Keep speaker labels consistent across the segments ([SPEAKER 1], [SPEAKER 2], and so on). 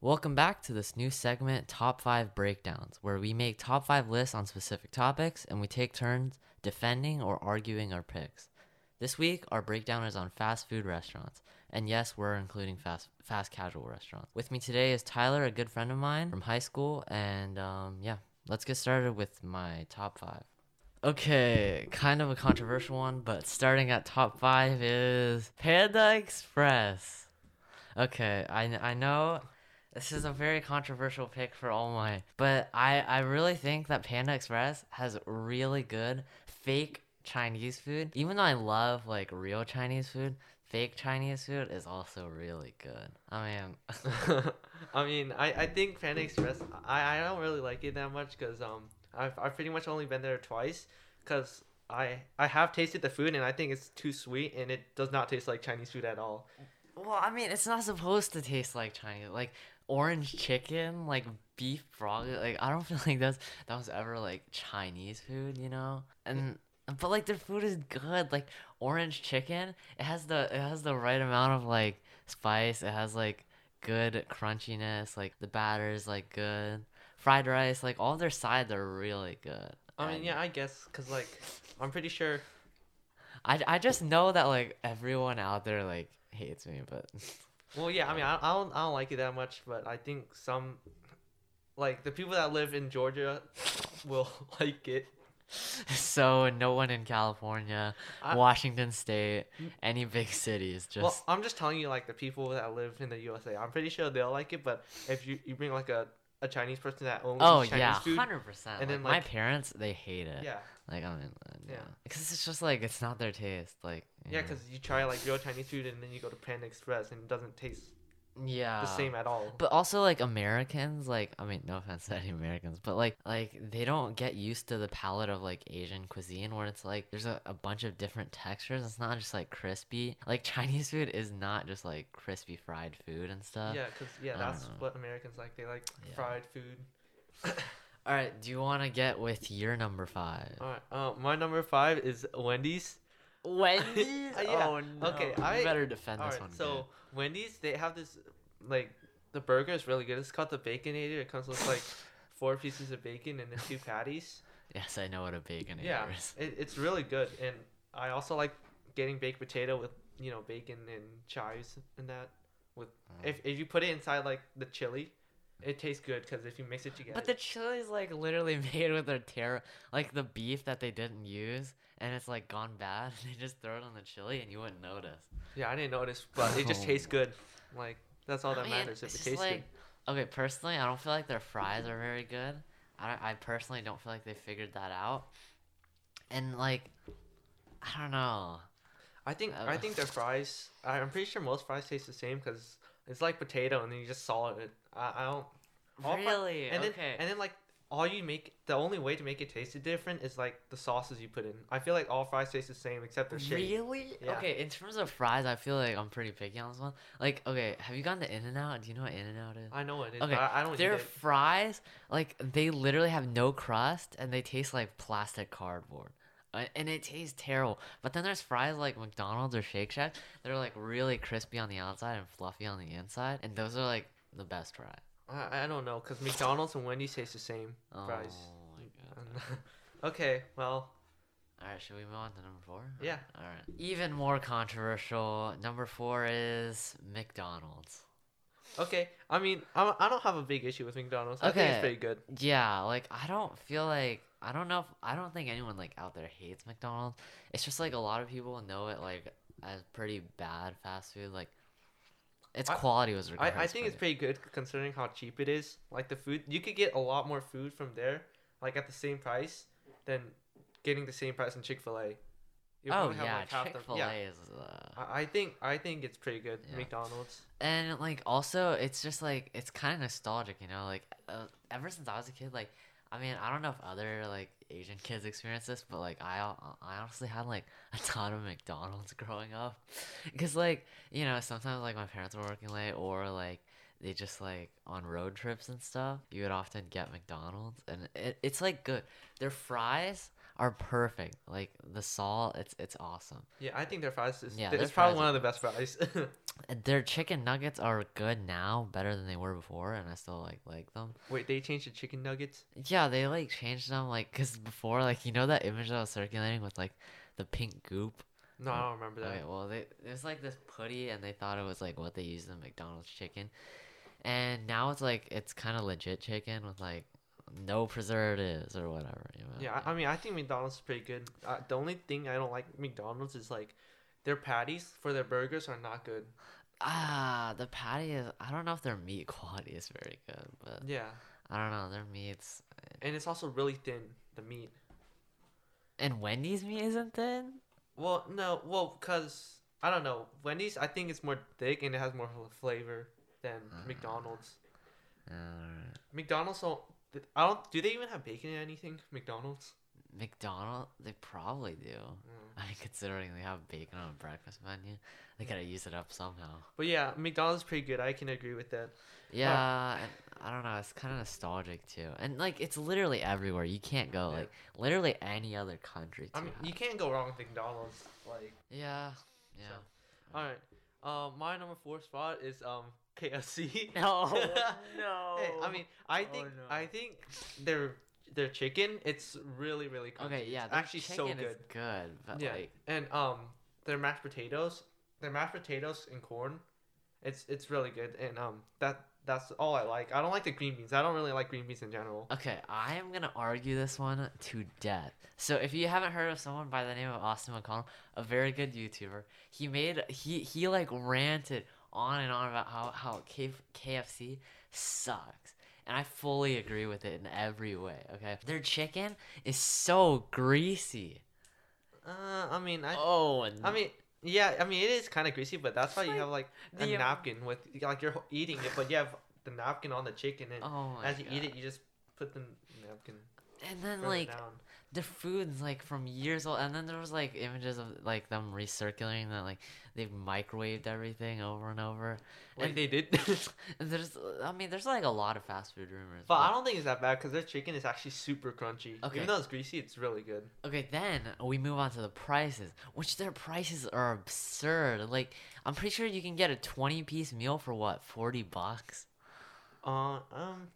[SPEAKER 1] Welcome back to this new segment, Top 5 Breakdowns, where we make top 5 lists on specific topics and we take turns defending or arguing our picks. This week, our breakdown is on fast food restaurants. And yes, we're including fast fast casual restaurants. With me today is Tyler, a good friend of mine from high school. And um, yeah, let's get started with my top five. Okay, kind of a controversial one, but starting at top five is Panda Express. Okay, I, I know this is a very controversial pick for All Might, but I, I really think that Panda Express has really good fake Chinese food. Even though I love like real Chinese food, fake Chinese food is also really good. I mean,
[SPEAKER 2] I mean, I, I think Panda Express, I, I don't really like it that much because um, I've, I've pretty much only been there twice because I, I have tasted the food and I think it's too sweet and it does not taste like Chinese food at all.
[SPEAKER 1] well, I mean, it's not supposed to taste like Chinese. Like orange chicken, like beef frog. Like I don't feel like that's that was ever like Chinese food, you know. And but like their food is good. Like orange chicken, it has the it has the right amount of like spice. It has like good crunchiness. Like the batter is like good. Fried rice, like all their sides are really good.
[SPEAKER 2] I mean,
[SPEAKER 1] And-
[SPEAKER 2] yeah, I guess because like I'm pretty sure
[SPEAKER 1] I, I just know that like everyone out there like hates me, but
[SPEAKER 2] Well, yeah, I mean, I, I don't, I don't like it that much, but I think some, like the people that live in Georgia, will like it.
[SPEAKER 1] so no one in California,
[SPEAKER 2] I-
[SPEAKER 1] Washington State, any big cities, just
[SPEAKER 2] Well, I'm just telling you, like the people that live in the USA, I'm pretty sure they'll like it. But if you, you bring like a, a Chinese person that only
[SPEAKER 1] oh
[SPEAKER 2] eats Chinese
[SPEAKER 1] yeah,
[SPEAKER 2] food,
[SPEAKER 1] hundred percent.
[SPEAKER 2] and
[SPEAKER 1] And
[SPEAKER 2] then,
[SPEAKER 1] then my
[SPEAKER 2] like-
[SPEAKER 1] parents they hate it.
[SPEAKER 2] yeah,
[SPEAKER 1] Like I mean, uh, yeah,
[SPEAKER 2] Yeah.
[SPEAKER 1] because it's just like it's not their taste. Like
[SPEAKER 2] yeah,
[SPEAKER 1] mm.
[SPEAKER 2] because you try like real Chinese food and then you go to Panda Express and it doesn't taste
[SPEAKER 1] yeah,
[SPEAKER 2] the same at all.
[SPEAKER 1] Uh, But also like Americans, like I mean, no offense to any Americans, but like like they don't get used to the palette of like Asian cuisine where it's like there's a, a bunch of different textures. It's not just like crispy. Like Chinese food is not just like crispy fried food and stuff.
[SPEAKER 2] yeah, because yeah,
[SPEAKER 1] uh, I don't
[SPEAKER 2] that's
[SPEAKER 1] know.
[SPEAKER 2] what Americans like. They like
[SPEAKER 1] Yeah.
[SPEAKER 2] fried food.
[SPEAKER 1] All right, do you want to get with your number five?
[SPEAKER 2] All right, uh, my number five is Wendy's.
[SPEAKER 1] Wendy's.
[SPEAKER 2] yeah,
[SPEAKER 1] Oh no.
[SPEAKER 2] okay,
[SPEAKER 1] You
[SPEAKER 2] I-
[SPEAKER 1] better defend
[SPEAKER 2] All
[SPEAKER 1] this
[SPEAKER 2] right,
[SPEAKER 1] one.
[SPEAKER 2] so
[SPEAKER 1] good.
[SPEAKER 2] Wendy's they have this like the burger is really good. It's called the Baconator. It comes with like four pieces of bacon and then two patties.
[SPEAKER 1] yes, I know what a bacon
[SPEAKER 2] yeah,
[SPEAKER 1] is.
[SPEAKER 2] it, it's really good. And I also like getting baked potato with you know bacon and chives and that. With if if you put it inside like the chili, it tastes good because if you mix it together.
[SPEAKER 1] But the chili is like literally made with their terror, like the beef that they didn't use, and it's like gone bad. They just throw it on the chili, and you wouldn't notice.
[SPEAKER 2] yeah, I didn't notice, but it just
[SPEAKER 1] Oh.
[SPEAKER 2] tastes good. Like that's all that
[SPEAKER 1] I mean,
[SPEAKER 2] matters. If
[SPEAKER 1] it's
[SPEAKER 2] it
[SPEAKER 1] just
[SPEAKER 2] tastes good.
[SPEAKER 1] like- Okay, personally, I don't feel like their fries are very good. I don't, I personally don't feel like they figured that out, and like, I don't know.
[SPEAKER 2] I think
[SPEAKER 1] Oh.
[SPEAKER 2] I think their fries. I- I'm pretty sure most fries taste the same because it's like potato, and then you just salt it. I, I don't. all fri-
[SPEAKER 1] really?
[SPEAKER 2] And then
[SPEAKER 1] okay.
[SPEAKER 2] and then like all you make the only way to make it taste different is like the sauces you put in. I feel like all fries taste the same except they're shitty.
[SPEAKER 1] Really?
[SPEAKER 2] Yeah.
[SPEAKER 1] Okay, in terms of fries, I feel like I'm pretty picky on this one. Like, okay, have you gone to In N Out? Do you know what In N Out is?
[SPEAKER 2] I know what it is.
[SPEAKER 1] Okay,
[SPEAKER 2] but I, I don't eat
[SPEAKER 1] Their
[SPEAKER 2] it.
[SPEAKER 1] fries, like they literally have no crust and they taste like plastic cardboard. Uh, And it tastes terrible. But then there's fries like McDonald's or Shake Shack. They're like really crispy on the outside and fluffy on the inside. And those are like the best fries.
[SPEAKER 2] I, I don't know because McDonald's and Wendy's taste the same
[SPEAKER 1] Oh
[SPEAKER 2] fries.
[SPEAKER 1] my god.
[SPEAKER 2] okay, well
[SPEAKER 1] All right, should we move on to number four?
[SPEAKER 2] Yeah.
[SPEAKER 1] All right. Even more controversial. Number four is McDonald's.
[SPEAKER 2] okay. I mean I I don't have a big issue with McDonald's. I think
[SPEAKER 1] Okay.
[SPEAKER 2] it's pretty good.
[SPEAKER 1] Yeah, like I don't feel like I don't know if I don't think anyone like out there hates McDonald's. It's just like a lot of people know it like as pretty bad fast food. Like its
[SPEAKER 2] I-
[SPEAKER 1] quality was
[SPEAKER 2] I,
[SPEAKER 1] regarded.
[SPEAKER 2] I think it's pretty good considering how cheap it is. Like the food, you could get a lot more food from there, like at the same price, than getting the same price in Chick Fil A.
[SPEAKER 1] Oh yeah, Chick Fil A is. Uh,
[SPEAKER 2] I I think I think it's pretty good.
[SPEAKER 1] Yeah.
[SPEAKER 2] McDonald's.
[SPEAKER 1] and like also, it's just like it's kind of nostalgic, you know. Like uh, ever since I was a kid, like I mean, I don't know if other like Asian kids experience this, but like I, al- I honestly had like a ton of McDonald's growing up, because like you know sometimes like my parents were working late or like they just like on road trips and stuff. You would often get McDonald's, and it, it's like good. Their fries are perfect. Like the salt, it's it's awesome.
[SPEAKER 2] Yeah, I think their fries is
[SPEAKER 1] Yeah,
[SPEAKER 2] th-
[SPEAKER 1] their
[SPEAKER 2] it's probably
[SPEAKER 1] fries
[SPEAKER 2] one
[SPEAKER 1] are-
[SPEAKER 2] of the best fries.
[SPEAKER 1] And Their chicken nuggets are good now, better than they were before, and I still like like them.
[SPEAKER 2] Wait, they changed the chicken nuggets?
[SPEAKER 1] Yeah, they like changed them like because before like you know that image that was circulating with like the pink goop.
[SPEAKER 2] No, I don't remember that.
[SPEAKER 1] Okay, well they there's like this putty and they thought it was like what they used in McDonald's chicken, and now it's like it's kind of legit chicken with like no preservatives or whatever. You know?
[SPEAKER 2] Yeah, I, I mean, I think McDonald's is pretty good. Uh, the only thing I don't like McDonald's is like their patties for their burgers are not good.
[SPEAKER 1] Ah, the patty is. I don't know if their meat quality is very good, but
[SPEAKER 2] Yeah,
[SPEAKER 1] I don't know their meats.
[SPEAKER 2] and it's also really thin the meat.
[SPEAKER 1] And Wendy's meat isn't thin.
[SPEAKER 2] Well, no, well, cause I don't know Wendy's. I think it's more thick and it has more fl- flavor than McDonald's.
[SPEAKER 1] Alright. McDonald's.
[SPEAKER 2] McDonald's don't. th- I don't. Do they even have bacon in anything? McDonald's.
[SPEAKER 1] they probably do.
[SPEAKER 2] Mm.
[SPEAKER 1] I mean, considering they have bacon on a breakfast menu, they gotta use it up somehow.
[SPEAKER 2] But yeah, McDonald's is pretty good. I can agree with that.
[SPEAKER 1] Yeah, and I don't know. It's kind of nostalgic too, and like it's literally everywhere. You can't go
[SPEAKER 2] Yeah.
[SPEAKER 1] like literally any other country. To
[SPEAKER 2] I mean,
[SPEAKER 1] have-
[SPEAKER 2] you can't go wrong with McDonald's. Like,
[SPEAKER 1] yeah, yeah.
[SPEAKER 2] all right. Um, my number four spot is um KFC.
[SPEAKER 1] No,
[SPEAKER 2] Hey, I mean, I
[SPEAKER 1] Oh,
[SPEAKER 2] think
[SPEAKER 1] no.
[SPEAKER 2] I think their their chicken it's really really crunchy.
[SPEAKER 1] okay,
[SPEAKER 2] It's
[SPEAKER 1] yeah. their
[SPEAKER 2] actually so
[SPEAKER 1] chicken
[SPEAKER 2] good.
[SPEAKER 1] is good, but
[SPEAKER 2] yeah,
[SPEAKER 1] like,
[SPEAKER 2] and um, their mashed potatoes, their mashed potatoes and corn, it's it's really good. And um, that that's all I like. I don't like the green beans. I don't really like green beans in general.
[SPEAKER 1] okay, I am gonna argue this one to death. So if you haven't heard of someone by the name of Austin McConnell, a very good YouTuber, he made he he like ranted on and on about how how K- KFC sucks. And I fully agree with it in every way, okay? Their chicken is so greasy.
[SPEAKER 2] Uh, I mean, I
[SPEAKER 1] Oh, and
[SPEAKER 2] I mean. Yeah, I mean it is kind of greasy, but that's why you
[SPEAKER 1] like
[SPEAKER 2] have like a
[SPEAKER 1] the, um,
[SPEAKER 2] napkin with like you're ho- eating it, but you have the napkin on the chicken, and
[SPEAKER 1] oh my
[SPEAKER 2] as you
[SPEAKER 1] God.
[SPEAKER 2] eat it, you just put the napkin
[SPEAKER 1] and then
[SPEAKER 2] further
[SPEAKER 1] like
[SPEAKER 2] down.
[SPEAKER 1] the food's like from years old and then there was like images of like them recirculating that like they've microwaved everything over and over
[SPEAKER 2] Like
[SPEAKER 1] and-
[SPEAKER 2] they did.
[SPEAKER 1] and there's i mean there's like a lot of fast food rumors
[SPEAKER 2] But I don't think it's that bad because their chicken is actually super crunchy.
[SPEAKER 1] Okay.
[SPEAKER 2] Even though it's greasy, it's really good.
[SPEAKER 1] okay then we move on to the prices which their prices are absurd like i'm pretty sure you can get a 20 piece meal for what 40 bucks
[SPEAKER 2] Uh, um,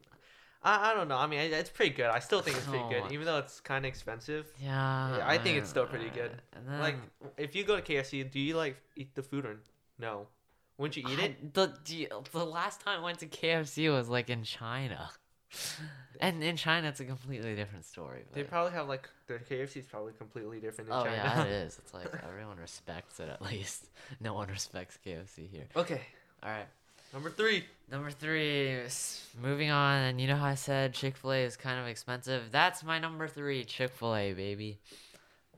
[SPEAKER 2] I, I don't know. I mean, it- it's pretty good. I still think it's pretty
[SPEAKER 1] Oh.
[SPEAKER 2] good, even though it's kind of expensive.
[SPEAKER 1] yeah,
[SPEAKER 2] Yeah, I think it's still pretty
[SPEAKER 1] uh,
[SPEAKER 2] good.
[SPEAKER 1] and then,
[SPEAKER 2] Like, if you go to KFC, do you like eat the food or no? Wouldn't you eat
[SPEAKER 1] I-
[SPEAKER 2] it?
[SPEAKER 1] The, the the last time I went to KFC was like in China, and in China it's a completely different story.
[SPEAKER 2] They
[SPEAKER 1] but-
[SPEAKER 2] probably have like their KFC is probably completely different in
[SPEAKER 1] oh
[SPEAKER 2] China.
[SPEAKER 1] yeah, it is. It's like everyone respects it at least. No one respects KFC here.
[SPEAKER 2] okay,
[SPEAKER 1] All right,
[SPEAKER 2] number three.
[SPEAKER 1] number three. s- Moving on, and you know how I said Chick Fil A is kind of expensive. That's my number three, Chick Fil A, baby.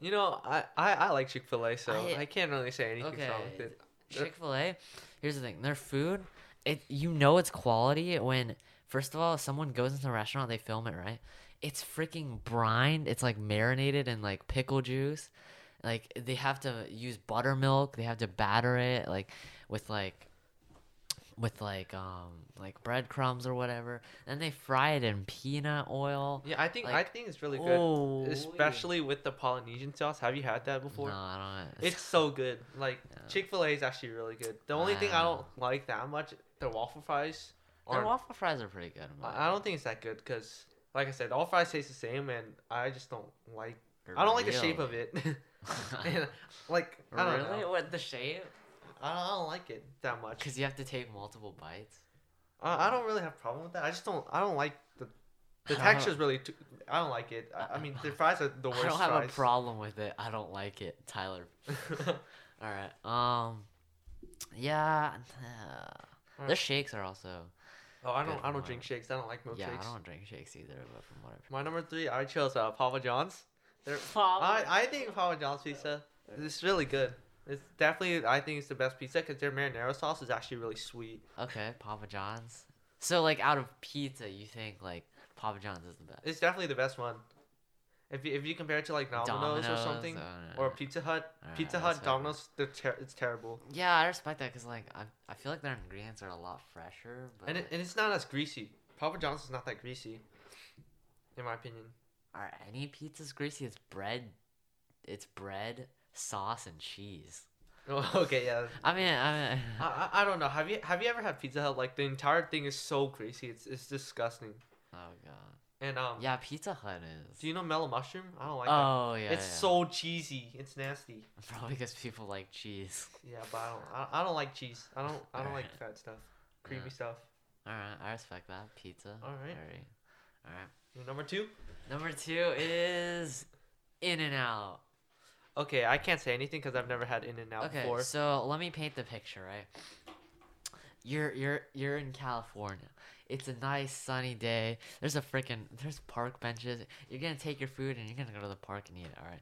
[SPEAKER 2] You know, I I, I like Chick Fil A, so
[SPEAKER 1] I-
[SPEAKER 2] I, can't really say anything
[SPEAKER 1] Okay,
[SPEAKER 2] wrong with it. They're-
[SPEAKER 1] Chick Fil A. Here's the thing: their food, it you know it's quality when first of all if someone goes into a restaurant, they film it right. It's freaking brined. It's like marinated in like pickle juice. Like they have to use buttermilk. They have to batter it like with like with like um like breadcrumbs or whatever. Then they fry it in peanut oil.
[SPEAKER 2] Yeah, I think I
[SPEAKER 1] like-
[SPEAKER 2] think it's really good.
[SPEAKER 1] Oh,
[SPEAKER 2] especially with the Polynesian sauce. Have you had that before?
[SPEAKER 1] No, I don't.
[SPEAKER 2] It's so good. Like Chick Fil A is actually really good. The only thing I
[SPEAKER 1] Wow.
[SPEAKER 2] don't like that much, the waffle fries.
[SPEAKER 1] their
[SPEAKER 2] aren't-
[SPEAKER 1] waffle fries are pretty good. in my
[SPEAKER 2] I I don't think it's that good because, like I said, all fries taste the same, and I just don't like.
[SPEAKER 1] opinion.
[SPEAKER 2] I don't like the shape
[SPEAKER 1] Really.
[SPEAKER 2] of it. and, like I don't
[SPEAKER 1] really?
[SPEAKER 2] know.
[SPEAKER 1] What the shape?
[SPEAKER 2] I don't, I don't like it that much.
[SPEAKER 1] Because you have to take multiple bites.
[SPEAKER 2] I, I don't really have a problem with that. I just don't. I don't like the. The
[SPEAKER 1] I don't-
[SPEAKER 2] texture's really. Too, I don't like it. I, I mean, the fries are the worst.
[SPEAKER 1] I don't have
[SPEAKER 2] fries.
[SPEAKER 1] a problem with it. I don't like it, Tyler. All right. Um. Yeah. nah. Their
[SPEAKER 2] right.
[SPEAKER 1] shakes are also.
[SPEAKER 2] oh, I
[SPEAKER 1] Good
[SPEAKER 2] don't. I don't
[SPEAKER 1] one.
[SPEAKER 2] drink shakes. I don't like milkshakes.
[SPEAKER 1] Yeah, I don't drink shakes either. But from what I've
[SPEAKER 2] My number three, I chose uh, Papa John's. They're,
[SPEAKER 1] Papa
[SPEAKER 2] I, I think Papa John's pizza is really good. It's definitely, I think it's the best pizza because their marinara sauce is actually really sweet.
[SPEAKER 1] okay, Papa John's. So like out of pizza, you think like Papa John's is the best?
[SPEAKER 2] It's definitely the best one. If you, if you compare it to like Domino's, or
[SPEAKER 1] Domino's,
[SPEAKER 2] something,
[SPEAKER 1] uh,
[SPEAKER 2] or Pizza Hut,
[SPEAKER 1] Alright,
[SPEAKER 2] Pizza
[SPEAKER 1] that's
[SPEAKER 2] Hut,
[SPEAKER 1] fair.
[SPEAKER 2] Domino's, they're ter- it's terrible.
[SPEAKER 1] Yeah, I respect that because like I, I feel like their ingredients are a lot fresher. But
[SPEAKER 2] And, it, and it's not as greasy. Papa John's is not that greasy, in my opinion.
[SPEAKER 1] Are any pizzas greasy? It's bread. It's bread, sauce, and cheese.
[SPEAKER 2] Oh, okay, yeah.
[SPEAKER 1] I mean, I mean,
[SPEAKER 2] I, I I don't know. Have you have you ever had Pizza Hut? Like the entire thing is so greasy. It's it's disgusting.
[SPEAKER 1] oh god.
[SPEAKER 2] And um,
[SPEAKER 1] Yeah, Pizza Hut is.
[SPEAKER 2] do you know mellow mushroom? I don't like that.
[SPEAKER 1] oh yeah.
[SPEAKER 2] it's
[SPEAKER 1] yeah.
[SPEAKER 2] so cheesy. It's nasty.
[SPEAKER 1] probably because people like cheese.
[SPEAKER 2] Yeah, but I don't I, I don't like cheese. I don't I don't like
[SPEAKER 1] Alright.
[SPEAKER 2] fat stuff. Creamy
[SPEAKER 1] Yeah.
[SPEAKER 2] stuff.
[SPEAKER 1] All right, I respect that pizza.
[SPEAKER 2] All right.
[SPEAKER 1] All right.
[SPEAKER 2] Your number two?
[SPEAKER 1] Number two is In and Out.
[SPEAKER 2] Okay, I can't say anything because I've never had In and Out
[SPEAKER 1] Okay,
[SPEAKER 2] before.
[SPEAKER 1] so let me paint the picture, right? You're you're you're in California. It's a nice sunny day. There's a freaking there's park benches. You're gonna take your food and you're gonna go to the park and eat it. All right.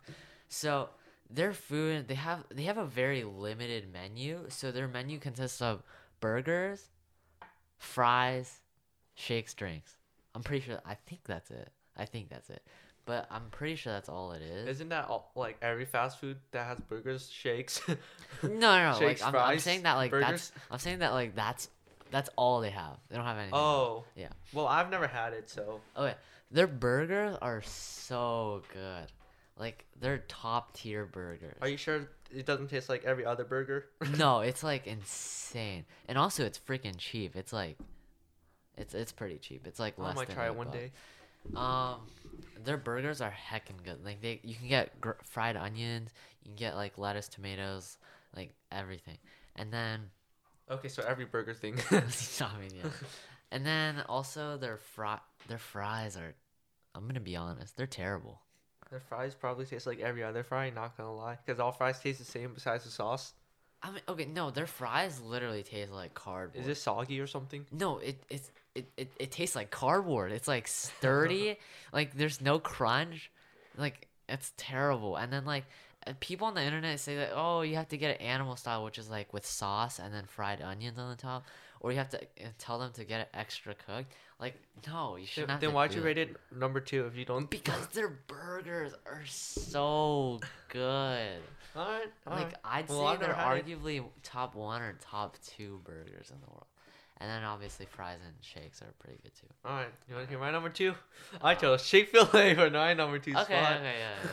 [SPEAKER 1] So their food they have they have a very limited menu. So their menu consists of burgers, fries, shakes, drinks. I'm pretty sure. I think that's it. I think that's it. But I'm pretty sure that's all it is.
[SPEAKER 2] Isn't that all, like every fast food that has burgers, shakes?
[SPEAKER 1] No, no, no,
[SPEAKER 2] Shakes,
[SPEAKER 1] like, I'm, I'm
[SPEAKER 2] fries,
[SPEAKER 1] saying that like
[SPEAKER 2] burgers.
[SPEAKER 1] that's I'm saying that like that's that's all they have. They don't have anything. else.
[SPEAKER 2] oh,
[SPEAKER 1] yeah.
[SPEAKER 2] well, I've never had it, so
[SPEAKER 1] Okay, their burgers are so good. Like they're top tier burgers.
[SPEAKER 2] are you sure it doesn't taste like every other burger?
[SPEAKER 1] no, it's like insane, and also it's freaking cheap. It's like, it's it's pretty cheap. It's like
[SPEAKER 2] I
[SPEAKER 1] less
[SPEAKER 2] might
[SPEAKER 1] than
[SPEAKER 2] try it
[SPEAKER 1] eight
[SPEAKER 2] one
[SPEAKER 1] bucks.
[SPEAKER 2] day.
[SPEAKER 1] Um, their burgers are heckin' good. Like they, you can get gr- fried onions, you can get like lettuce, tomatoes, like everything, and then
[SPEAKER 2] Okay, so every burger thing.
[SPEAKER 1] I mean, yeah. And then also their fry their fries are I'm gonna be honest, they're terrible.
[SPEAKER 2] Their fries probably taste like every other fry, not gonna lie. Because all fries taste the same besides the sauce.
[SPEAKER 1] I mean okay, no, their fries literally taste like cardboard.
[SPEAKER 2] Is it soggy or something?
[SPEAKER 1] no, it it's it, it, it tastes like cardboard. It's like sturdy, like there's no crunch. Like it's terrible. And then like uh, people on the internet say that oh you have to get an animal style, which is like with sauce and then fried onions on the top, or you have to uh, tell them to get it extra cooked. Like no, you
[SPEAKER 2] Then,
[SPEAKER 1] shouldn't. have
[SPEAKER 2] then
[SPEAKER 1] to
[SPEAKER 2] why'd
[SPEAKER 1] do
[SPEAKER 2] you
[SPEAKER 1] that.
[SPEAKER 2] rate it number two if you don't?
[SPEAKER 1] Because their burgers are so good.
[SPEAKER 2] Alright,
[SPEAKER 1] Like
[SPEAKER 2] alright.
[SPEAKER 1] I'd
[SPEAKER 2] Well,
[SPEAKER 1] say
[SPEAKER 2] I've
[SPEAKER 1] they're
[SPEAKER 2] never had it.
[SPEAKER 1] arguably top one or top two burgers in the world. And then obviously fries and shakes are pretty good too.
[SPEAKER 2] Alright, you wanna hear my number two? I chose Chick Fil A for my number two
[SPEAKER 1] Okay, okay,
[SPEAKER 2] spot.
[SPEAKER 1] yeah, yeah, yeah.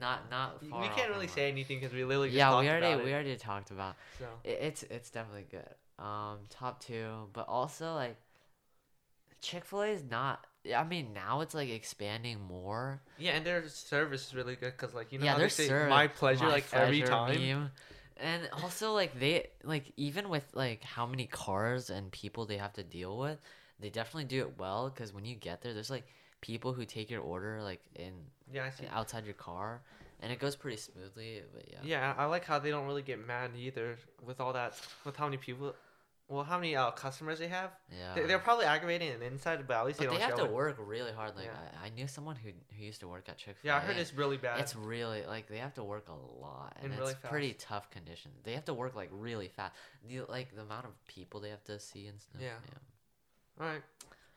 [SPEAKER 1] Not not.
[SPEAKER 2] We
[SPEAKER 1] Far
[SPEAKER 2] can't
[SPEAKER 1] off
[SPEAKER 2] really
[SPEAKER 1] from
[SPEAKER 2] say anything because we literally
[SPEAKER 1] mine.
[SPEAKER 2] just
[SPEAKER 1] Yeah,
[SPEAKER 2] talked
[SPEAKER 1] we
[SPEAKER 2] about
[SPEAKER 1] already
[SPEAKER 2] it.
[SPEAKER 1] we already talked about.
[SPEAKER 2] So
[SPEAKER 1] It, it's it's definitely good. Um, top two, but also like Chick Fil A is not. I mean, now it's like expanding more.
[SPEAKER 2] yeah, and their service is really good because like you know
[SPEAKER 1] yeah,
[SPEAKER 2] how
[SPEAKER 1] they're
[SPEAKER 2] they say
[SPEAKER 1] served
[SPEAKER 2] my pleasure
[SPEAKER 1] my
[SPEAKER 2] like every
[SPEAKER 1] pleasure
[SPEAKER 2] time.
[SPEAKER 1] meme. And also like they like even with like how many cars and people they have to deal with, they definitely do it well because when you get there, there's like people who take your order like in
[SPEAKER 2] Yeah, I see.
[SPEAKER 1] outside your car, and it goes pretty smoothly. But yeah,
[SPEAKER 2] Yeah, I like how they don't really get mad either with all that with how many people, well, how many uh, customers they have.
[SPEAKER 1] yeah.
[SPEAKER 2] They, they're probably aggravating an inside, but at least
[SPEAKER 1] but
[SPEAKER 2] they
[SPEAKER 1] they
[SPEAKER 2] don't
[SPEAKER 1] have
[SPEAKER 2] show
[SPEAKER 1] to
[SPEAKER 2] it.
[SPEAKER 1] work really hard. Like
[SPEAKER 2] Yeah.
[SPEAKER 1] I, I knew someone who who used to work at Chick Fil A.
[SPEAKER 2] Yeah, I heard it's really bad.
[SPEAKER 1] It's really like they have to work a lot, and, it's
[SPEAKER 2] And really
[SPEAKER 1] pretty tough conditions. They have to work like really fast. The like the amount of people they have to see and stuff.
[SPEAKER 2] Yeah. all right,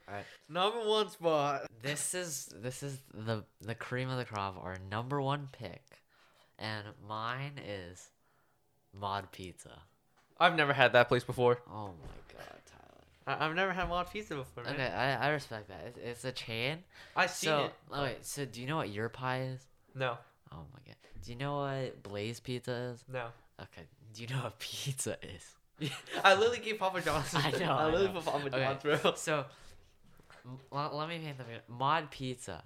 [SPEAKER 1] All right.
[SPEAKER 2] number one spot.
[SPEAKER 1] This is this is the the cream of the crop. Our number one pick, and mine is Mod Pizza.
[SPEAKER 2] I've never had that place before.
[SPEAKER 1] Oh my god, Tyler.
[SPEAKER 2] I, I've never had mod pizza before. Man.
[SPEAKER 1] Okay, I, I respect that. It's, it's a chain.
[SPEAKER 2] I seen
[SPEAKER 1] so
[SPEAKER 2] it.
[SPEAKER 1] oh wait, so do you know what your pie is?
[SPEAKER 2] No,
[SPEAKER 1] Oh my god. Do you know what Blaze Pizza is?
[SPEAKER 2] no.
[SPEAKER 1] Okay. Do you know what pizza is?
[SPEAKER 2] I literally gave Papa John's.
[SPEAKER 1] I know, I
[SPEAKER 2] I literally
[SPEAKER 1] know.
[SPEAKER 2] put Papa
[SPEAKER 1] Okay.
[SPEAKER 2] John's, bro.
[SPEAKER 1] So, m- l- let me paint the picture. Mod pizza,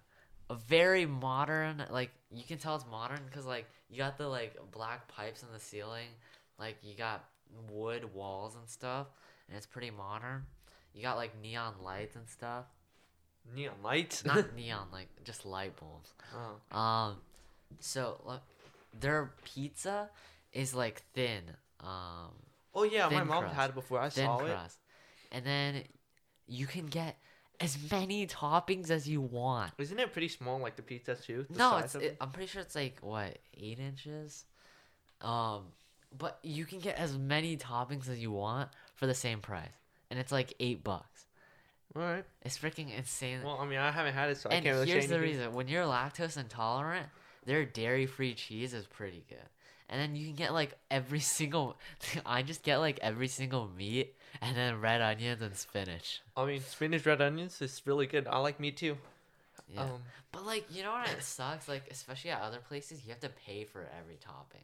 [SPEAKER 1] a very modern. Like you can tell it's modern because like you got the like black pipes in the ceiling, like you got wood walls and stuff, and it's pretty modern. You got like neon lights and stuff.
[SPEAKER 2] Neon lights.
[SPEAKER 1] Not neon, like just light bulbs.
[SPEAKER 2] oh.
[SPEAKER 1] Um, so look, their pizza is like thin. Um,
[SPEAKER 2] Oh, yeah, my
[SPEAKER 1] Thin
[SPEAKER 2] mom
[SPEAKER 1] crust.
[SPEAKER 2] had it before. I
[SPEAKER 1] thin
[SPEAKER 2] saw it.
[SPEAKER 1] crust. And then you can get as many toppings as you want.
[SPEAKER 2] Isn't it pretty small, like the pizza too? The
[SPEAKER 1] no,
[SPEAKER 2] size
[SPEAKER 1] it's,
[SPEAKER 2] of
[SPEAKER 1] it, I'm pretty sure it's like what eight inches. Um, but you can get as many toppings as you want for the same price, and it's like eight bucks.
[SPEAKER 2] All right.
[SPEAKER 1] It's freaking insane.
[SPEAKER 2] Well, I mean, I haven't had it, so I
[SPEAKER 1] and
[SPEAKER 2] can't really
[SPEAKER 1] here's
[SPEAKER 2] say
[SPEAKER 1] the
[SPEAKER 2] anything.
[SPEAKER 1] reason: when you're lactose intolerant, their dairy-free cheese is pretty good. And then you can get like every single. I just get like every single meat, and then red onions and spinach.
[SPEAKER 2] I mean, spinach red onions is really good. I like meat too.
[SPEAKER 1] Yeah.
[SPEAKER 2] Um,
[SPEAKER 1] But like, you know what it sucks? Like, especially at other places, you have to pay for every topping,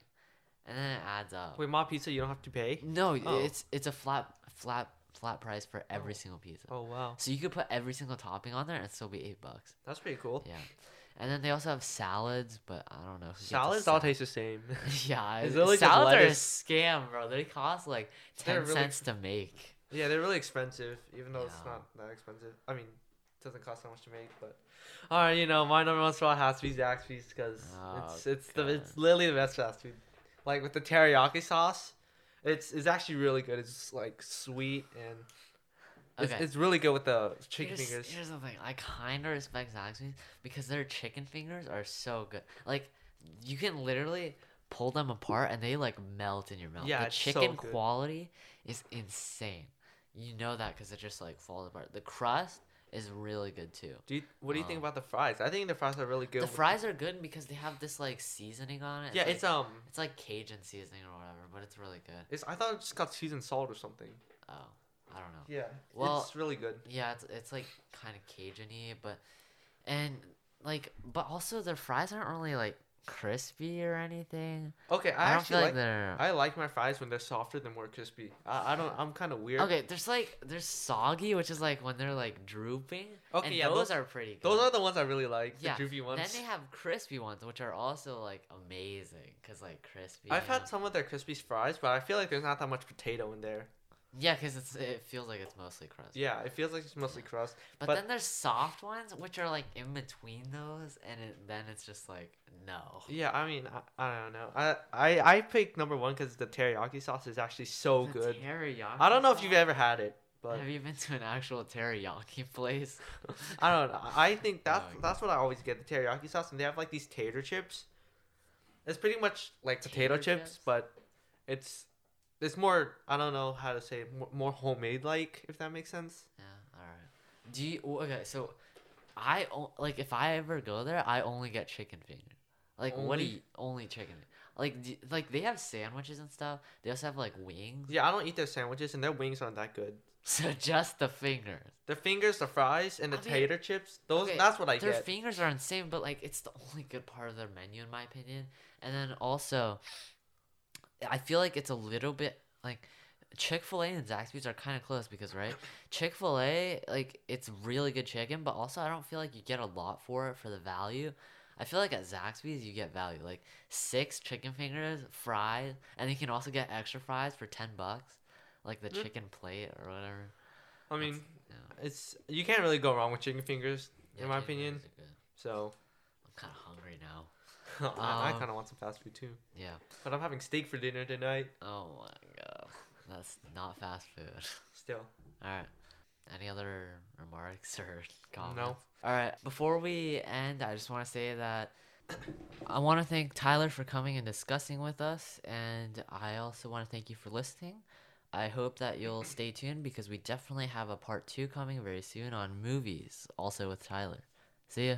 [SPEAKER 1] and then it adds up.
[SPEAKER 2] wait, my pizza you don't have to pay.
[SPEAKER 1] no,
[SPEAKER 2] Oh.
[SPEAKER 1] it's it's a flat flat flat price for every
[SPEAKER 2] Oh.
[SPEAKER 1] single pizza.
[SPEAKER 2] Oh wow,
[SPEAKER 1] So you could put every single topping on there and it'd still be eight bucks.
[SPEAKER 2] that's pretty cool.
[SPEAKER 1] Yeah. And then they also have salads, but I don't know. who gets a
[SPEAKER 2] Salads all
[SPEAKER 1] salad.
[SPEAKER 2] taste the same.
[SPEAKER 1] yeah,
[SPEAKER 2] It's
[SPEAKER 1] it's
[SPEAKER 2] literally just
[SPEAKER 1] salads are a
[SPEAKER 2] lettuce.
[SPEAKER 1] scam, bro. They cost like
[SPEAKER 2] They're
[SPEAKER 1] ten
[SPEAKER 2] really-
[SPEAKER 1] cents to make.
[SPEAKER 2] yeah, they're really expensive, even though it's
[SPEAKER 1] Yeah.
[SPEAKER 2] not that expensive. I mean, it doesn't cost that much to make, but all right, you know, my number one spot has to be Zaxby's because
[SPEAKER 1] Oh,
[SPEAKER 2] it's it's the it's
[SPEAKER 1] God.
[SPEAKER 2] literally the best fast food. Like with the teriyaki sauce, it's it's actually really good. It's like sweet and it's,
[SPEAKER 1] Okay.
[SPEAKER 2] it's really good with the chicken
[SPEAKER 1] here's,
[SPEAKER 2] fingers.
[SPEAKER 1] Here's the thing. I kind of respect Zaxby's because their chicken fingers are so good. Like, you can literally pull them apart and they like melt in your mouth.
[SPEAKER 2] Yeah,
[SPEAKER 1] the
[SPEAKER 2] it's so
[SPEAKER 1] chicken
[SPEAKER 2] good.
[SPEAKER 1] quality is insane. You know that because it just like falls apart. The crust is really good too.
[SPEAKER 2] Do you, what do you think
[SPEAKER 1] Um,
[SPEAKER 2] about the fries? I think the fries are really good.
[SPEAKER 1] The
[SPEAKER 2] with-
[SPEAKER 1] fries are good because they have this like seasoning on it.
[SPEAKER 2] Yeah,
[SPEAKER 1] like,
[SPEAKER 2] it's um,
[SPEAKER 1] it's like Cajun seasoning or whatever, but it's really good.
[SPEAKER 2] it's I thought it just got seasoned salt or something.
[SPEAKER 1] Oh, I don't know.
[SPEAKER 2] Yeah,
[SPEAKER 1] Well-
[SPEAKER 2] it's really good.
[SPEAKER 1] Yeah, it's it's like kind of Cajun-y, but and like but also their fries aren't really like crispy or anything.
[SPEAKER 2] Okay,
[SPEAKER 1] I,
[SPEAKER 2] I,
[SPEAKER 1] don't
[SPEAKER 2] actually
[SPEAKER 1] feel like,
[SPEAKER 2] like
[SPEAKER 1] they're
[SPEAKER 2] I like my fries when they're softer than more crispy. I, I don't. I'm kind of weird.
[SPEAKER 1] okay. There's like there's soggy, which is like when they're like drooping.
[SPEAKER 2] Okay,
[SPEAKER 1] and
[SPEAKER 2] yeah,
[SPEAKER 1] those,
[SPEAKER 2] those-
[SPEAKER 1] are pretty. Good.
[SPEAKER 2] Those are the ones I really like.
[SPEAKER 1] Yeah,
[SPEAKER 2] The droopy ones.
[SPEAKER 1] Then they have crispy ones, which are also like amazing, cause like crispy.
[SPEAKER 2] I've
[SPEAKER 1] and-
[SPEAKER 2] had some of their crispy fries, but I feel like there's not that much potato in there.
[SPEAKER 1] yeah, cause it's it feels like it's mostly crust.
[SPEAKER 2] Yeah, it feels like it's mostly crust.
[SPEAKER 1] but,
[SPEAKER 2] but-
[SPEAKER 1] then there's soft ones, which are like in between those, and it, then it's just like no.
[SPEAKER 2] Yeah, I mean, I, I don't know. I I, I picked number one because the teriyaki sauce is actually so
[SPEAKER 1] The
[SPEAKER 2] good.
[SPEAKER 1] teriyaki
[SPEAKER 2] I don't know if you've
[SPEAKER 1] sauce.
[SPEAKER 2] ever had it, but
[SPEAKER 1] Have you been to an actual teriyaki place?
[SPEAKER 2] I don't know. I think that's
[SPEAKER 1] Oh, yeah.
[SPEAKER 2] that's what I always get the teriyaki sauce, and they have like these tater chips. It's pretty much like
[SPEAKER 1] Tater
[SPEAKER 2] potato chips,
[SPEAKER 1] chips?
[SPEAKER 2] but it's it's more I don't know how to say it, more, more homemade like if that makes sense.
[SPEAKER 1] yeah, all right. Do you well, okay? So, I o- like if I ever go there, I only get chicken fingers. Like what do
[SPEAKER 2] Only?
[SPEAKER 1] you only chicken? Like do, like they have sandwiches and stuff. They also have like wings.
[SPEAKER 2] Yeah, I don't eat their sandwiches, and their wings aren't that good.
[SPEAKER 1] So just the fingers.
[SPEAKER 2] Their fingers, the fries, and the
[SPEAKER 1] I mean,
[SPEAKER 2] tater chips those
[SPEAKER 1] Okay,
[SPEAKER 2] that's what I
[SPEAKER 1] their
[SPEAKER 2] get.
[SPEAKER 1] fingers are insane, but like it's the only good part of their menu in my opinion. And then also, I feel like it's a little bit like Chick Fil A and Zaxby's are kind of close because right, Chick Fil A like it's really good chicken, but also I don't feel like you get a lot for it for the value. I feel like at Zaxby's you get value, like six chicken fingers, fries, and you can also get extra fries for ten bucks, like the
[SPEAKER 2] Mm.
[SPEAKER 1] chicken plate or whatever.
[SPEAKER 2] I mean,
[SPEAKER 1] That's- yeah.
[SPEAKER 2] it's you can't really go wrong with chicken fingers
[SPEAKER 1] Yeah,
[SPEAKER 2] in my
[SPEAKER 1] chicken
[SPEAKER 2] opinion.
[SPEAKER 1] fingers are good.
[SPEAKER 2] So
[SPEAKER 1] I'm kind of hungry now.
[SPEAKER 2] I, I
[SPEAKER 1] Um,
[SPEAKER 2] kind of want some fast food too,
[SPEAKER 1] Yeah.
[SPEAKER 2] but I'm having steak for dinner tonight.
[SPEAKER 1] Oh my god. That's not fast food.
[SPEAKER 2] Still,
[SPEAKER 1] Alright. Any other remarks or comments?
[SPEAKER 2] No.
[SPEAKER 1] Alright. Before we end, I just want to say that I want to thank Tyler for coming and discussing with us, and I also want to thank you for listening. I hope that you'll stay tuned because we definitely have a part two coming very soon on movies, also with Tyler. See ya.